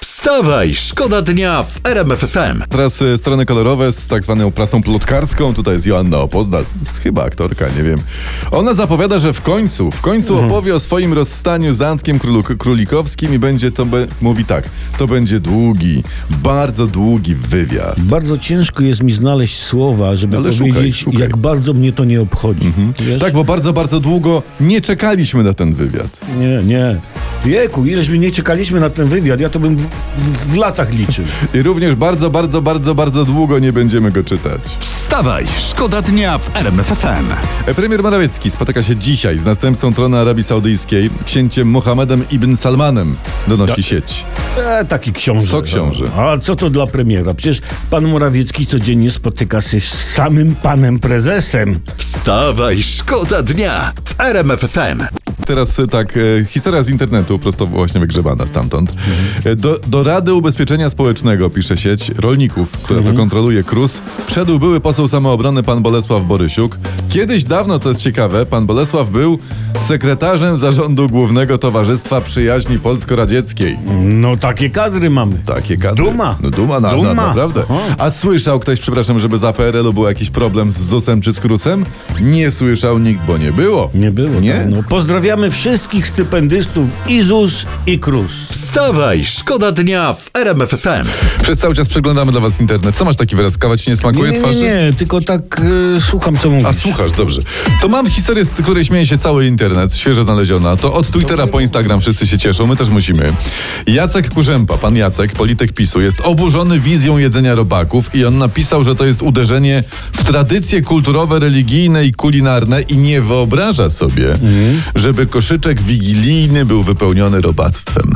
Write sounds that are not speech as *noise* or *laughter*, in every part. Wstawaj, szkoda dnia w RMF FM. Teraz y, strony kolorowe z tak zwaną pracą plotkarską. Tutaj jest Joanna Opozdal, jest chyba aktorka, nie wiem. Ona zapowiada, że w końcu, w końcu opowie o swoim rozstaniu z Antkiem Królu- Królikowskim i będzie to, be, mówi tak, to będzie długi, bardzo długi wywiad. Bardzo ciężko jest mi znaleźć słowa, żeby Ale szukaj, powiedzieć, szukaj. jak bardzo mnie to nie obchodzi. Wiesz? Tak, bo bardzo, bardzo długo nie czekaliśmy na ten wywiad. Nie, nie. Wieku, ileż my nie czekaliśmy na ten wywiad, ja to bym w, w, w latach liczył. I również bardzo, bardzo, bardzo, bardzo długo nie będziemy go czytać. Wstawaj, szkoda dnia w RMF FM. E, Premier Morawiecki spotyka się dzisiaj z następcą tronu Arabii Saudyjskiej, księciem Mohamedem ibn Salmanem, donosi sieć. E, taki książę. Co książę? A co to dla premiera? Przecież pan Morawiecki codziennie spotyka się z samym panem prezesem. Wstawaj, szkoda dnia w RMF FM. Teraz y, tak, e, historia z internetu, prosto właśnie wygrzebana stamtąd. Mhm. E, Do, do Rady Ubezpieczenia Społecznego, pisze sieć rolników, która Mhm. to kontroluje KRUS, wszedł były poseł samoobrony pan Bolesław Borysiuk. Kiedyś dawno, to jest ciekawe, pan Bolesław był sekretarzem zarządu Głównego Towarzystwa Przyjaźni Polsko-Radzieckiej. No takie kadry mamy. Takie kadry. Duma. No duma, na, Duma. Na, naprawdę. Aha. A słyszał ktoś, przepraszam, żeby za PRL-u był jakiś problem z ZUS-em czy z KRUS-em? Nie słyszał nikt, bo nie było. Nie było. Nie? tak, No, pozdrawiamy wszystkich stypendystów i ZUS i KRUS. Wstawaj, szkoda dnia w RMF FM. Przez cały czas przeglądamy dla was internet. Co masz taki wyraz? Kawa ci nie smakuje nie, nie, twarzy? nie, tylko tak e, słucham co mówisz. A słuchasz, dobrze. To mam historię, z której śmieje się cały internet, świeżo znaleziona. To od Twittera po Instagram wszyscy się cieszą, my też musimy. Jacek Kurzępa, pan Jacek, polityk PiSu, jest oburzony wizją jedzenia robaków i on napisał, że to jest uderzenie w tradycje kulturowe, religijne i kulinarne i nie wyobraża sobie, Mhm. żeby koszyczek wigilijny był wypełniony robactwem.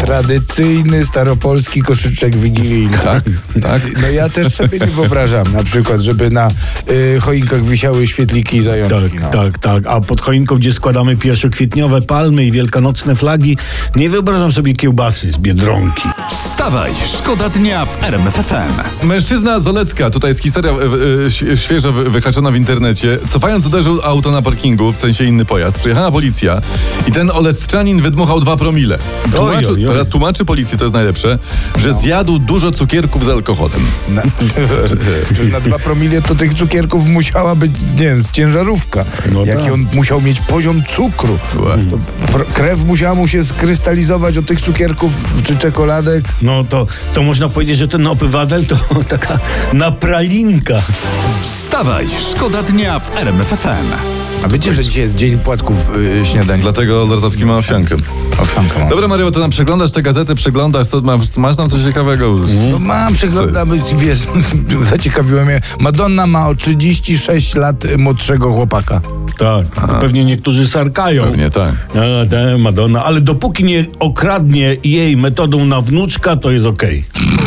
Tradycyjny staropolski koszyczek wigilijny. Tak, tak. No ja też sobie nie wyobrażam na przykład, żeby na y, choinkach wisiały świetliki i zajączki. Tak, no. tak, tak. A pod choinką, gdzie składamy pierwszokwietniowe palmy i wielkanocne flagi, nie wyobrażam sobie kiełbasy z Biedronki. Wstawaj, szkoda dnia w RMF FM. Mężczyzna z Olecka, tutaj jest historia e, e, ś- świeżo wy- wyhaczona w internecie. Cofając uderzył auto na parkingu, w sensie inny pojazd, przyjechała policja i ten oleckanin wydmuchał dwa promile. Tłumaczy, oj, No. oj. Teraz tłumaczy policji, to jest najlepsze, że zjadł dużo cukierków z alkoholem. Na, przecież na dwa promile to tych cukierków musiała być z, nie wiem, z ciężarówka. No Jaki tak. on musiał mieć poziom cukru. To pr- krew musiała mu się skrystalizować od tych cukierków czy czekoladek. No to, to można powiedzieć, że ten opywadel to *laughs* taka napralinka. Wstawaj, szkoda dnia w RMF FM. A wiecie, że dzisiaj jest dzień płatków y, śniadań. Dlatego Lordowski No, ma owsiankę. tak. Owsianka mam. Dobra Mario, ty nam przeglądasz te gazety, przeglądasz, to masz, masz tam coś ciekawego? Mhm. No mam, przeglądam, wiesz, *laughs* zaciekawiło mnie. Madonna ma o 36 lat młodszego chłopaka. Tak, to pewnie niektórzy sarkają. Pewnie tak. A, te Madonna, ale dopóki nie okradnie jej metodą na wnuczka, to jest okej.